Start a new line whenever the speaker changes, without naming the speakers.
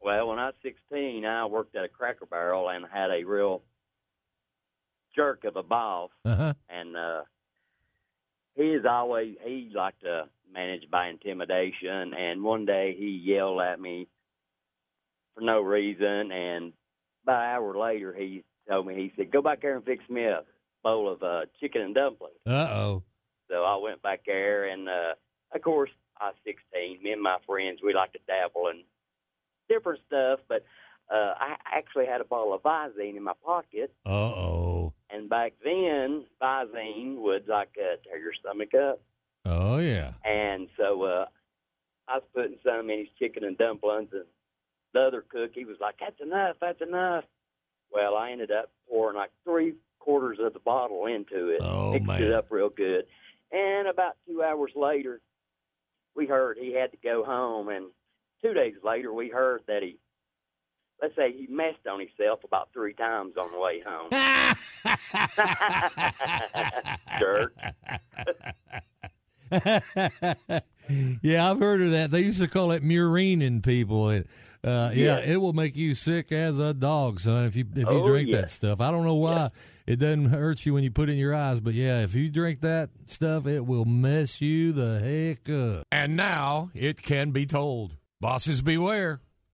Well, when I was 16, I worked at a Cracker Barrel and had a real jerk of a boss,
Uh-huh.
and uh, he's always he liked to manage by intimidation. And one day he yelled at me for no reason, and about an hour later he told me he said, "Go back there and fix me a bowl of uh, chicken and dumplings."
Uh-oh.
So I went back there, and uh, of course, I was 16. Me and my friends, we like to dabble in different stuff, but uh, I actually had a bottle of Visine in my pocket.
Uh-oh.
And back then, Visine would like uh, tear your stomach up.
Oh, yeah.
And so uh, I was putting some in his chicken and dumplings, and the other cook, he was like, that's enough, that's enough. Well, I ended up pouring like three quarters of the bottle into it,
Oh,
mixed
man.
it up real good. And about two hours later, we heard he had to go home. And two days later, we heard that he, let's say, he messed on himself about three times on the way home. Jerk.
yeah, I've heard of that. They used to call it murining people. It, uh,
Yeah.
yeah, it will make you sick as a dog, son. If you if you
Oh,
drink
yeah.
that stuff, I don't know why it doesn't hurt you when you put it in your eyes, but yeah, if you drink that stuff, it will mess you the heck up. And now it can be told, bosses beware.